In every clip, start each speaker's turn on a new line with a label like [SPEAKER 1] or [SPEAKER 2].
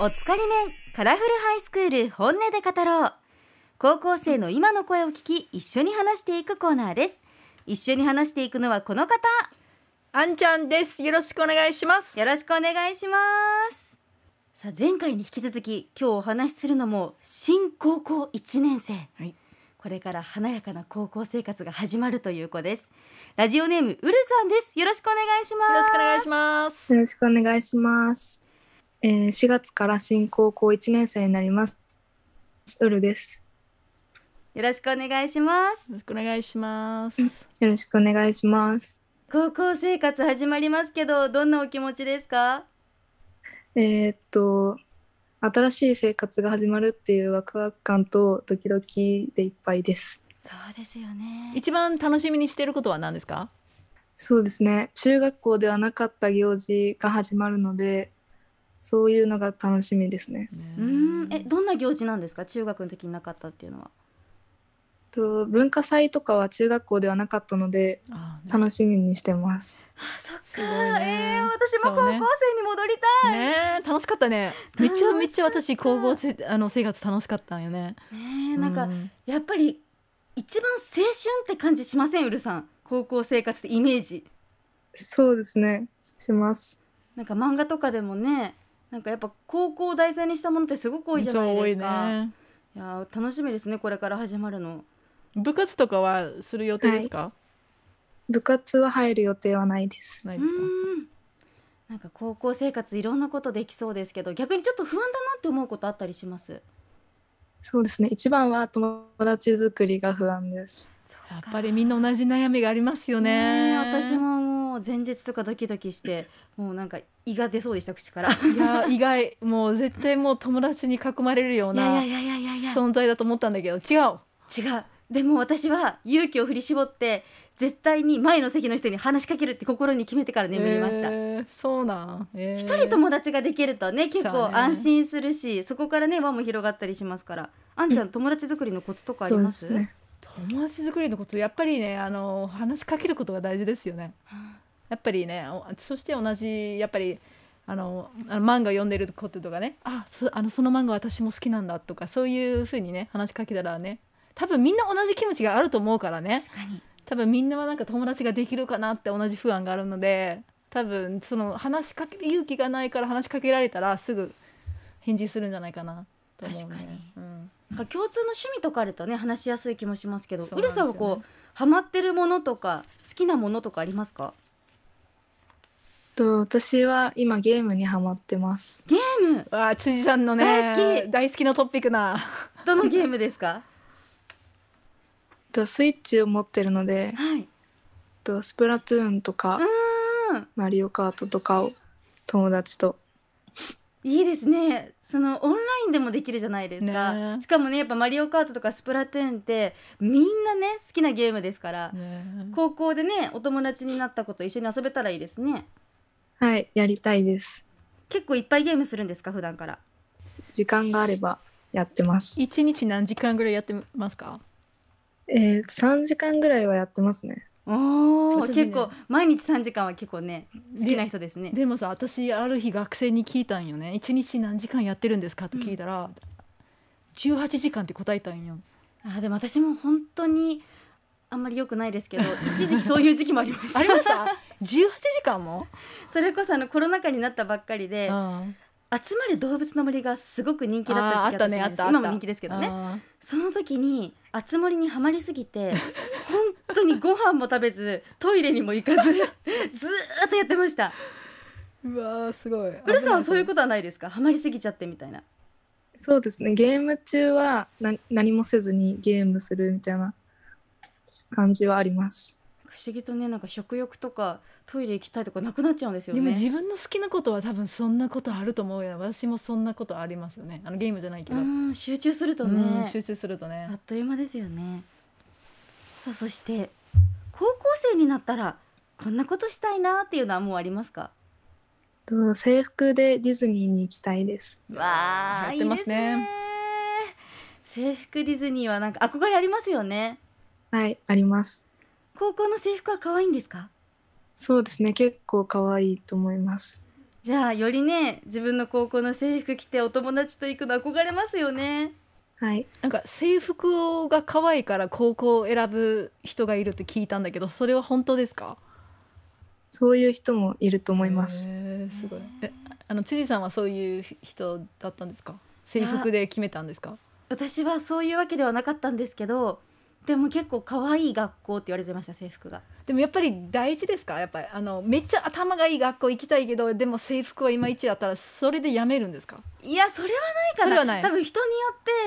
[SPEAKER 1] おつかりめんカラフルハイスクール本音で語ろう高校生の今の声を聞き一緒に話していくコーナーです一緒に話していくのはこの方
[SPEAKER 2] あんちゃんです。よろしくお願いします。
[SPEAKER 1] よろしくお願いしますさあ前回に引き続き今日お話しするのも新高校1年生、
[SPEAKER 2] はい
[SPEAKER 1] これから華やかな高校生活が始まるという子ですラジオネームうるさんですよろしくお願いします
[SPEAKER 2] よろしくお願いします。
[SPEAKER 3] よろしくお願いします。えー、4月から新高校1年生になります。うるです。
[SPEAKER 1] よろしくお願いします
[SPEAKER 2] よろしくお願いします。
[SPEAKER 3] よろしくお願いします。
[SPEAKER 1] 高校生活始まりますけどどんなお気持ちですか
[SPEAKER 3] えーっと、新しい生活が始まるっていうワクワク感とドキドキでいっぱいです。
[SPEAKER 1] そうですよね
[SPEAKER 2] 一番楽しみにしていることは何ですか？
[SPEAKER 3] そうですね。中学校ではなかった行事が始まるので、そういうのが楽しみですね。
[SPEAKER 1] うーんえどんな行事なんですか中学の時になかったっていうのは
[SPEAKER 3] と文化祭とかは中学校ではなかったので、
[SPEAKER 2] あー
[SPEAKER 3] 楽しみにしてます。
[SPEAKER 1] あそっ
[SPEAKER 2] すごい
[SPEAKER 1] え
[SPEAKER 2] ね
[SPEAKER 1] ー私も高校生に戻りたい、
[SPEAKER 2] ねねえ楽しかったね。めちゃめちゃ私高校せあの生活楽しかったんよね。
[SPEAKER 1] ねえなんか、
[SPEAKER 2] う
[SPEAKER 1] やっぱり一番青春って感じしませんうるさん高校生活ってイメージ
[SPEAKER 3] そうですね。します。
[SPEAKER 1] なんか漫画とかでもねなんかやっぱ高校を題材にしたものってすごく多いじゃないですか
[SPEAKER 2] そう
[SPEAKER 1] い,、
[SPEAKER 2] 多いね。
[SPEAKER 1] やー楽しみですねこれから始まるの
[SPEAKER 2] 部活とかはする予定ですか？
[SPEAKER 3] 部活は入る予定はないです。
[SPEAKER 2] な
[SPEAKER 1] う
[SPEAKER 2] い
[SPEAKER 1] ー
[SPEAKER 2] ですか？
[SPEAKER 1] んなんか高校生活いろんなことできそうですけど逆にちょっと不安だなって思うことあったりします
[SPEAKER 3] そうですね。一番は友達作りが不安です。
[SPEAKER 2] やっぱりみんな同じ悩みがありますよ
[SPEAKER 1] ねえ
[SPEAKER 2] ね。
[SPEAKER 1] 私ももう前日とかドキドキしてもうなんか胃が出そうでした口からい
[SPEAKER 2] いや意外もう絶対もう友達に囲まれるよう
[SPEAKER 1] やいや
[SPEAKER 2] ない
[SPEAKER 1] やいやいやいや
[SPEAKER 2] 存在だと思ったんだけど違う。
[SPEAKER 1] 違うでも私は勇気を振り絞って絶対に前の席の人に話しかけるって心に決めてから眠りました、
[SPEAKER 2] えーそうなん。えー
[SPEAKER 1] 一人友達ができるとね結
[SPEAKER 2] そう
[SPEAKER 1] 構
[SPEAKER 2] ね
[SPEAKER 1] 安心するしそこからね輪も広がったりしますからあんちゃん、友達作りのコツとかあり
[SPEAKER 3] そう
[SPEAKER 1] ま
[SPEAKER 3] ですすね。
[SPEAKER 2] 友達作りのことやっぱりねあの話しかけることが大事ですよね。やっぱりねおそして同じやっぱりあのあの漫画読んでることとかねあそあのその漫画私も好きなんだとかそういうふうにね話しかけたらね多分みんな同じ気持ちがあると思うからね
[SPEAKER 1] 確かに
[SPEAKER 2] 多分みんなはなんか友達ができるかなって同じ不安があるので多分その話しかけ勇気がないから話しかけられたらすぐ返事するんじゃないかなと思うね。
[SPEAKER 1] 確かに
[SPEAKER 2] うん
[SPEAKER 1] なんか共通の趣味とかあるとね話しやすい気もしますけど
[SPEAKER 2] そう
[SPEAKER 1] ウ
[SPEAKER 2] なんで
[SPEAKER 1] ル
[SPEAKER 2] すよ
[SPEAKER 1] さん
[SPEAKER 2] ね
[SPEAKER 1] はこうハマってるものとか好きなものとかありますか
[SPEAKER 3] と私は今ゲームにハマってます。
[SPEAKER 1] ゲーム
[SPEAKER 2] わあ辻さんのね
[SPEAKER 1] 大好き
[SPEAKER 2] 大好きのトピックな
[SPEAKER 1] どのゲームですか
[SPEAKER 3] とスイッチを持ってるので、
[SPEAKER 1] はい
[SPEAKER 3] とスプラトゥーンとか
[SPEAKER 1] うん
[SPEAKER 3] マリオカートとかを友達と。
[SPEAKER 1] いいですねそのオンラインでもできるじゃないですか、
[SPEAKER 2] ねえ
[SPEAKER 1] しかもねやっぱ「マリオカート」とか「スプラトゥーン」ってみんなね好きなゲームですから、高校でねお友達になった子と一緒に遊べたらいいですね
[SPEAKER 3] はい、やりたいです。
[SPEAKER 1] 結構いっぱいゲームするんですか普段から
[SPEAKER 3] 時間があればやってます。
[SPEAKER 2] 一日何時間ぐらいやってますか
[SPEAKER 3] えー、3時間ぐらいはやってますね。
[SPEAKER 1] おお、
[SPEAKER 2] 私ね
[SPEAKER 1] 結構毎日3時間は結構ね好きな人ですね
[SPEAKER 2] でもさ私ある日学生に聞いたんよね一日何時間やってるんですかと聞いたら、18時間って答えたんよ
[SPEAKER 1] あーでも私も本当にあんまり良くないですけど一時期そういう時期もありました
[SPEAKER 2] ありました 18時間も、
[SPEAKER 1] それこそあのコロナ禍になったばっかりで
[SPEAKER 2] うん
[SPEAKER 1] 集まる動物の森がすごく人気だった時期
[SPEAKER 2] あーあったね
[SPEAKER 1] だんです
[SPEAKER 2] あったあった
[SPEAKER 1] 今も人気ですけどね
[SPEAKER 2] あ
[SPEAKER 1] その時に熱森にはまりすぎて 本当にご飯も食べずトイレにも行かずず ーっとやってました
[SPEAKER 2] ーうわーすごいう
[SPEAKER 1] うるさんはそういう
[SPEAKER 2] こ
[SPEAKER 1] ことはないですかはまりすぎちゃってみたいな
[SPEAKER 3] そうですね。ゲーム中はな何もせずにゲームするみたいな感じはあります。
[SPEAKER 1] 不思議とねなんか食欲とかトイレ行きたいとかなくなっちゃうんですよ
[SPEAKER 2] でも
[SPEAKER 1] ね
[SPEAKER 2] 自分の好きなことは多分そんなことあると思うよ私もそんなことありますよねあのゲームじゃないけ
[SPEAKER 1] う
[SPEAKER 2] ど、
[SPEAKER 1] ん集中すると
[SPEAKER 2] うん
[SPEAKER 1] ね
[SPEAKER 2] 集中するとね
[SPEAKER 1] あっという間ですよねさあそして高校生になったらこんなことしたいなっていうのはもうありますか
[SPEAKER 3] と制服でディズニーに行きたいです。
[SPEAKER 1] わあ、
[SPEAKER 2] やってますね
[SPEAKER 1] いいですね制服ディズニーはなんか憧れありますよね
[SPEAKER 3] はい、あります。
[SPEAKER 1] 高校の制服は可愛いんですか
[SPEAKER 3] そうですね。結構可愛いと思います。
[SPEAKER 1] じゃあよりね自分の高校の制服着てお友達と行くの憧れますよね
[SPEAKER 3] はい。
[SPEAKER 2] なんか制服が可愛いから高校を選ぶ人がいるって聞いたんだけどそれは本当ですか
[SPEAKER 3] そういう人もいると思います。
[SPEAKER 2] へーすごいえあの辻さんはそういう人だったんですか制服で決めたんですか
[SPEAKER 1] 私はそういうわけではなかったんですけどでも結構可愛い学校って言われてました制服が
[SPEAKER 2] でもやっぱり大事ですかやっぱりあのめっちゃ頭がいい学校行きたいけどでも制服はいまいちだったらそれでやめるんですか
[SPEAKER 1] いやそれはないか
[SPEAKER 2] そ
[SPEAKER 1] な
[SPEAKER 2] れはない
[SPEAKER 1] 多分人に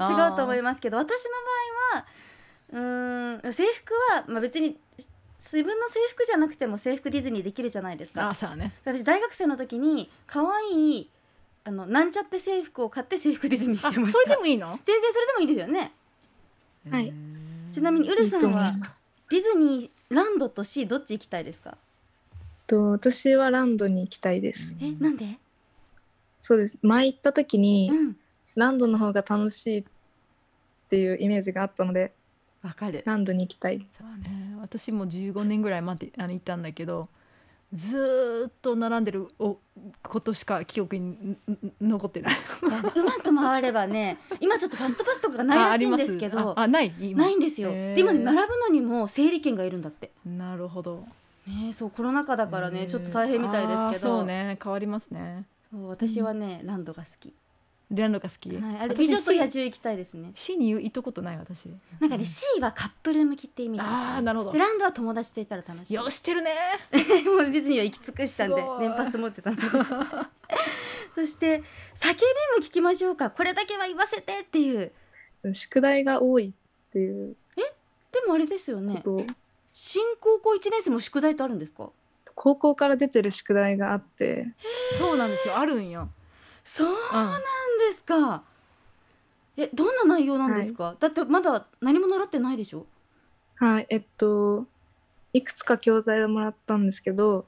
[SPEAKER 1] よって違うと思いますけど私の場合はうーん制服は、まあ、別に自分の制服じゃなくても制服ディズニーできるじゃないですか
[SPEAKER 2] あそうだね
[SPEAKER 1] 私大学生の時に可愛いあのなんちゃって制服を買って制服ディズニーし
[SPEAKER 2] あ
[SPEAKER 1] てました
[SPEAKER 2] それでもいいの
[SPEAKER 1] 全然それでもいいですよね
[SPEAKER 3] はい
[SPEAKER 1] ちなみにウル
[SPEAKER 3] いい
[SPEAKER 1] さ
[SPEAKER 3] と
[SPEAKER 1] ん
[SPEAKER 3] 思
[SPEAKER 1] はい
[SPEAKER 3] ます。
[SPEAKER 1] ディズニーランドと C どっち行きたいですか
[SPEAKER 3] と私はランドに行きたいです。
[SPEAKER 1] えなんで
[SPEAKER 3] そうです。前行った時に
[SPEAKER 1] うん
[SPEAKER 3] ランドの方が楽しいっていうイメージがあったので、
[SPEAKER 1] わかる
[SPEAKER 3] ランドに行きたい。
[SPEAKER 2] そうだね私も15年ぐらい待ってあの行ったんだけどずーっと並んでるおことしか記憶にんん残ってない
[SPEAKER 1] だからねうまく回ればね今ちょっとファストパスとかがない
[SPEAKER 2] ああ
[SPEAKER 1] らし
[SPEAKER 2] り
[SPEAKER 1] いん
[SPEAKER 2] ま
[SPEAKER 1] ですけど
[SPEAKER 2] ああない今
[SPEAKER 1] ないんですよ
[SPEAKER 2] へー
[SPEAKER 1] で今ね並ぶのにも整理券がいるんだって
[SPEAKER 2] なるほど
[SPEAKER 1] ねそうコロナ禍だから
[SPEAKER 2] へ
[SPEAKER 1] ね
[SPEAKER 2] ー
[SPEAKER 1] ちょっと大変みたいですけ
[SPEAKER 2] あー
[SPEAKER 1] ど
[SPEAKER 2] そうね変わりますね
[SPEAKER 1] そう私はねランドが好き
[SPEAKER 2] ランドが好き、
[SPEAKER 1] はいあれ
[SPEAKER 2] 私
[SPEAKER 1] 美女と野
[SPEAKER 2] C,
[SPEAKER 1] 獣行きたいですね
[SPEAKER 2] C に行ったことない私
[SPEAKER 1] なんかね、
[SPEAKER 2] う
[SPEAKER 1] C はカップル向きってイメージです
[SPEAKER 2] あ
[SPEAKER 1] か
[SPEAKER 2] あ
[SPEAKER 1] ね
[SPEAKER 2] なるほ
[SPEAKER 1] で
[SPEAKER 2] ど
[SPEAKER 1] ランドは友達といたら楽しい
[SPEAKER 2] よしてるね
[SPEAKER 1] もうディズニーは行き尽くしたんです
[SPEAKER 2] ごい
[SPEAKER 1] 年パス持ってたので そして叫びも聞きましょうかこれだけは言わせてっていう
[SPEAKER 3] 宿題が多いっていう
[SPEAKER 1] でもあれですよね
[SPEAKER 3] こと、
[SPEAKER 1] 新高校1年生も宿題ってあるんですか
[SPEAKER 3] 高校から出てる宿題があって、
[SPEAKER 2] そうなんですよあるんよ、
[SPEAKER 1] そう
[SPEAKER 2] うん
[SPEAKER 1] なんですかえどんな内容なんですか、だってまだ何も習ってないでしょ
[SPEAKER 3] はい、えっと、いくつか教材をもらったんですけど、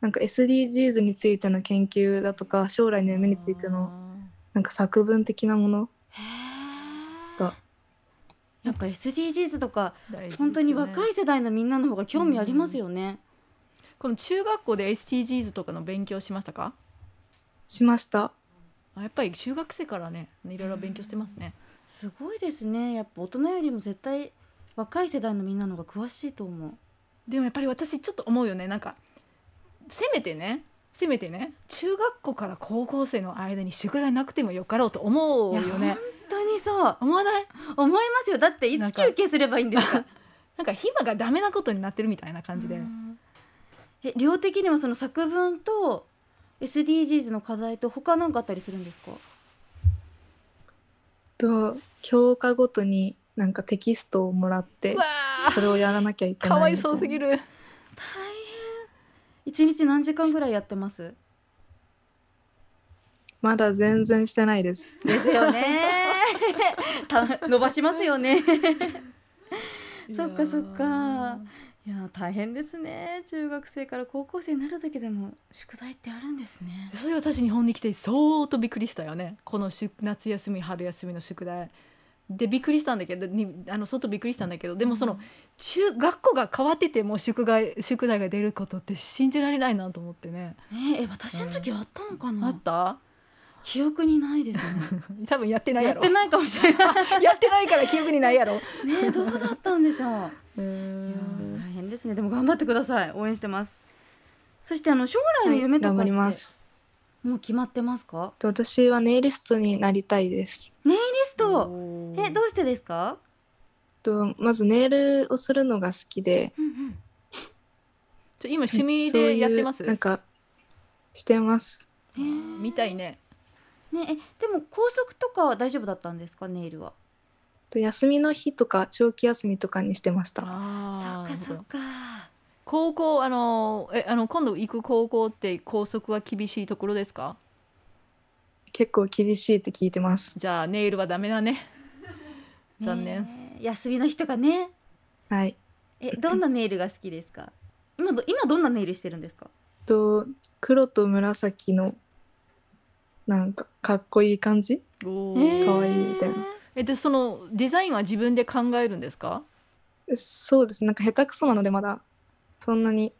[SPEAKER 3] なんか SDGs についての研究だとか、将来の夢についてのなんか作文的なもの、
[SPEAKER 1] へ
[SPEAKER 3] ーだ
[SPEAKER 1] やっぱ SDGs とか
[SPEAKER 2] あー大事ですよ
[SPEAKER 1] 本
[SPEAKER 2] ね
[SPEAKER 1] 当に若い世代のみんなの方が興味ありますよね、
[SPEAKER 2] この中学校で SDGs とかの勉強しましたか
[SPEAKER 3] しました。
[SPEAKER 2] あやっぱり中学生からねいろいろ勉強してますね、
[SPEAKER 1] すごいですねやっぱ大人よりも絶対若い世代のみんなの方が詳しいと思う
[SPEAKER 2] でもやっぱり私ちょっと思うよねなんかせめてねせめてね中学校から高校生の間に宿題なくてもよかろうと思うよ
[SPEAKER 1] いや
[SPEAKER 2] ね
[SPEAKER 1] 本当にそう
[SPEAKER 2] 思わない
[SPEAKER 1] 思いますよだってい
[SPEAKER 2] な
[SPEAKER 1] つ
[SPEAKER 2] んか
[SPEAKER 1] 休憩すればいいんですか
[SPEAKER 2] なんか暇がダメなことになってるみたいな感じで、
[SPEAKER 1] うんえ量的にはその作文と SDGs の課題と他何かあったりするんですか
[SPEAKER 3] と、教科ごとになんかテキストをもらって
[SPEAKER 2] うわ、
[SPEAKER 3] それをやらなきゃい
[SPEAKER 2] ー
[SPEAKER 3] け
[SPEAKER 2] か
[SPEAKER 3] な
[SPEAKER 2] わ
[SPEAKER 3] い
[SPEAKER 2] い
[SPEAKER 3] みた
[SPEAKER 2] そ
[SPEAKER 3] い
[SPEAKER 2] う
[SPEAKER 3] な
[SPEAKER 2] す。ぎる
[SPEAKER 1] 大変一日何時間ぐらいやってます
[SPEAKER 3] まだ全然してないです。
[SPEAKER 1] ですよ ね た伸ばしますよねそっかそっか
[SPEAKER 2] いや
[SPEAKER 1] いや大変ですね中学生から高校生になる時でも宿題ってあるんですね
[SPEAKER 2] ーそれ私日本に来て相当びっくりしたよねこの宿夏休み春休みの宿題でびっくりしたんだけどにあの相当びっくりしたんだけどでもその、中学校が変わってても宿題宿題が出ることって信じられないなと思ってね、
[SPEAKER 1] ねえ私の時あったのかな、
[SPEAKER 2] あった
[SPEAKER 1] 記憶にないですね
[SPEAKER 2] 多分やってない
[SPEAKER 1] や
[SPEAKER 2] や
[SPEAKER 1] っ
[SPEAKER 2] ろ
[SPEAKER 1] て ないかもしれない
[SPEAKER 2] やってないから記憶にないやろ
[SPEAKER 1] ねえどうだったんでしょう
[SPEAKER 2] う
[SPEAKER 1] いやー
[SPEAKER 2] ん
[SPEAKER 1] 大変ですねでも頑張ってください応援してますそしてあの将来の
[SPEAKER 3] はい
[SPEAKER 1] 夢とかっ
[SPEAKER 3] 頑
[SPEAKER 1] て、
[SPEAKER 3] 張ります。
[SPEAKER 1] もう決まってますか
[SPEAKER 3] と私はネイリストになりたいです。
[SPEAKER 1] ネイリストえ
[SPEAKER 2] え
[SPEAKER 1] どうしてですか、
[SPEAKER 3] とまずネイルをするのが好きで、
[SPEAKER 1] うんうん、
[SPEAKER 2] ちょ今趣味でやってます
[SPEAKER 3] そういうなんかしてます。
[SPEAKER 1] えー
[SPEAKER 2] みたいね
[SPEAKER 1] ねえでも高速とかは大丈夫だったんですかネイルは
[SPEAKER 3] と休みの日とか長期休みとかにしてました。
[SPEAKER 2] あーなるほど
[SPEAKER 1] か
[SPEAKER 2] 高校あのえあの今度行く高校って校則は厳しいところですか
[SPEAKER 3] 結構厳しいって聞いてます。
[SPEAKER 2] じゃあネイルはダメだね残念
[SPEAKER 1] ねえ休みの日とかね
[SPEAKER 3] はい。
[SPEAKER 1] えどんなネイルが好きですか今ど今どんなネイルしてるんですか
[SPEAKER 3] と黒と紫のなんかかっこいい感じ。
[SPEAKER 2] お
[SPEAKER 1] えー
[SPEAKER 2] ー
[SPEAKER 3] 可愛いみたいな
[SPEAKER 2] えでそのデザインは自分で考えるんですか
[SPEAKER 3] そうですね。なんか下手くそなのでまだそんなに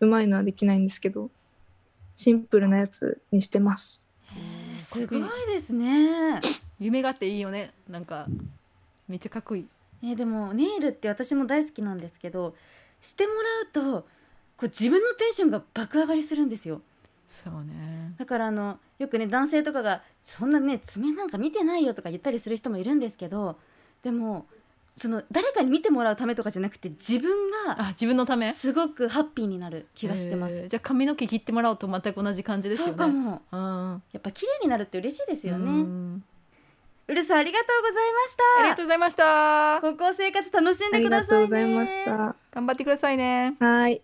[SPEAKER 3] うまいのはできないんですけど、シンプルなやつにしてます。
[SPEAKER 1] へーすごいですね。
[SPEAKER 2] 夢があっていいよねなんかめっちゃかっこいい
[SPEAKER 1] ねでもネイルって私も大好きなんですけどしてもらうとこう自分のテンションが爆上がりするんですよ
[SPEAKER 2] そうね
[SPEAKER 1] だからあのよくね男性とかがそんなね爪なんか見てないよとか言ったりする人もいるんですけどでもその誰かに見てもらうためとかじゃなくて自分が
[SPEAKER 2] あ自分のため
[SPEAKER 1] すごくハッピーになる気がしてます、
[SPEAKER 2] えーじゃあ髪の毛切ってもらおうと全く同じ感じですよね
[SPEAKER 1] そうかも
[SPEAKER 2] うん
[SPEAKER 1] やっぱ綺麗になるって嬉しいですよ
[SPEAKER 2] う
[SPEAKER 1] ね
[SPEAKER 2] ん
[SPEAKER 1] うるさんありがとうございました
[SPEAKER 2] ありがとうございました
[SPEAKER 1] 高校生活楽しん
[SPEAKER 3] あ
[SPEAKER 1] で
[SPEAKER 3] り
[SPEAKER 1] ください、ね、
[SPEAKER 3] がとうございました。
[SPEAKER 2] 頑張ってくださいね
[SPEAKER 3] はい。